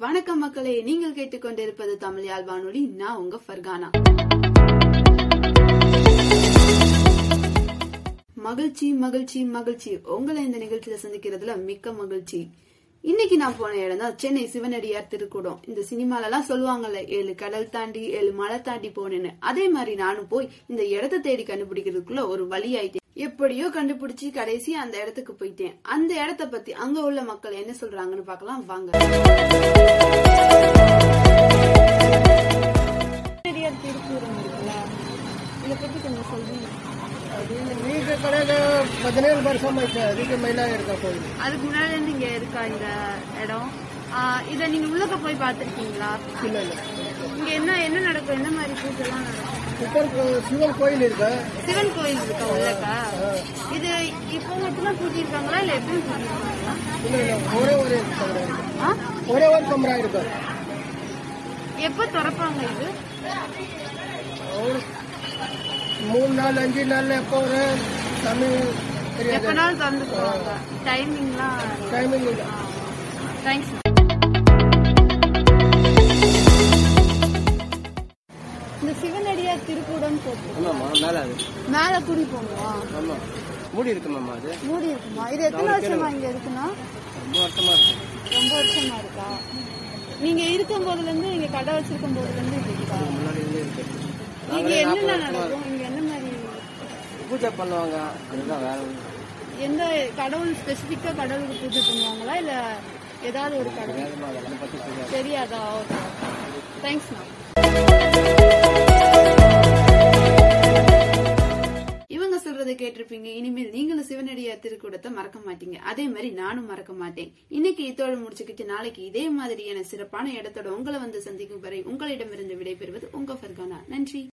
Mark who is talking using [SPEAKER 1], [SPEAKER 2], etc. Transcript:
[SPEAKER 1] மக்களே நீங்கள் கேட்டுக்கொண்டிருப்பது தமிழ் யாழ் வானொலி நான் உங்க ஃபர்கானா மகிழ்ச்சி மகிழ்ச்சி மகிழ்ச்சி உங்களை இந்த நிகழ்ச்சியில சந்திக்கிறதுல மிக்க மகிழ்ச்சி இன்னைக்கு நான் போன இடம் தான் சென்னை சிவனடியார் திருக்கூடம் இந்த சினிமால எல்லாம் சொல்லுவாங்கல்ல ஏழு கடல் தாண்டி ஏழு மலை தாண்டி போனேன்னு அதே மாதிரி நானும் போய் இந்த இடத்தை தேடி கண்டுபிடிக்கிறதுக்குள்ள ஒரு வழி ஆயிட்டேன் எப்படியோ கண்டுபிடிச்சு கடைசி அந்த இடத்துக்கு போயிட்டேன் அந்த இடத்த பத்தி அங்க உள்ள மக்கள் என்ன சொல்றாங்கன்னு பார்க்கலாம் வாங்க
[SPEAKER 2] பெரியார் திருப்பூரம் இருக்குல்ல இதை பற்றி கொஞ்சம் சொல்லுங்க
[SPEAKER 3] ಅದು ಈಗ ಕಡೆಗೆ ಹದಿನೇಳು ವರ್ಷ ಆಯ್ತು ಅದಕ್ಕೆ ಮೈಲಾ ಇರ್ಬೇಕು
[SPEAKER 2] அதுக்கு முன்னாடி நீங்க இருக்கா இந்த இடம் இதை நீங்க உள்ளக்க போய் பார்த்துருக்கீங்களா
[SPEAKER 3] ಇಲ್ಲ ಇಲ್ಲ
[SPEAKER 2] இங்க என்ன என்ன நடக்கும் என்ன மாதிரி பூஜைலாம் நடக்கும்
[SPEAKER 3] ಸೂಪರ್ ಶಿವನ್ கோயில் ಇருக்கு
[SPEAKER 2] சிவன் கோயில் இருக்கா உள்ளக்க இது இப்போ மட்டும்தான் பூஜிருக்காங்களா இல்ல எப்பவும் பூஜிருக்காங்களா
[SPEAKER 3] ಇಲ್ಲ ಇಲ್ಲ ஒரே ஒரு கமரா இருக்கு
[SPEAKER 2] ஆ?
[SPEAKER 3] ஒரே ஒரு கமரா இருக்கு
[SPEAKER 2] எப்போ திறப்பாங்க இது
[SPEAKER 3] ಅವ್ರು மூணு நாள் அஞ்சு நாள் எப்போ ஒரு தமிழ் தெரியாது
[SPEAKER 2] எப்பனாலும் திறந்து போவாங்க டைமிங்லாம்
[SPEAKER 3] டைமிங் இல்லை
[SPEAKER 2] தேங்க்ஸ் இந்த சிவனடியார் திருக்கூடம் போட்டு
[SPEAKER 3] ஆமாம்மா மேலே அது
[SPEAKER 2] மேல குடி போகணுமா
[SPEAKER 3] ஆமாம் மூடி இருக்கு மேம் அது
[SPEAKER 2] மூடி இருக்குமா இது எத்தனை வருஷமா இங்க இருக்குன்னா
[SPEAKER 3] ரொம்ப வருஷமாக இருக்கு
[SPEAKER 2] ரொம்ப வருஷமா இருக்கா நீங்க இருக்கும் போதுல இருந்து நீங்க கடை வச்சிருக்கும் போதுல இருந்து இது இருக்கா
[SPEAKER 3] முன்னாடி இருக்கு
[SPEAKER 2] இங்க என்னென்ன நடக்கும் இங்க என்ன மாதிரி
[SPEAKER 3] பூஜை பண்ணுவாங்க அதுதான் வேற
[SPEAKER 2] எந்த கடவுள் ஸ்பெசிபிக்கா கடவுளுக்கு பூஜை பண்ணுவாங்களா இல்ல ஏதாவது ஒரு கடவுள்
[SPEAKER 3] அதை பற்றி சொல்லுவாங்க
[SPEAKER 2] தெரியாதா ஓகே தேங்க்ஸ்ண்ணா
[SPEAKER 1] இவங்க சொல்றதை கேட்டிருப்பீங்க இனிமேல் நீங்களும் சிவனடியார் திருக்கூடத்தை மறக்க மாட்டீங்க அதே மாதிரி நானும் மறக்க மாட்டேன் இன்னைக்கு இத்தோடு முடிச்சுக்கிட்டு நாளைக்கு இதே மாதிரியான சிறப்பான இடத்தோட உங்களை வந்து சந்திக்கும் வரை உங்களிடமிருந்து விடைபெறுவது உங்க ஃபர்கானா நன்றி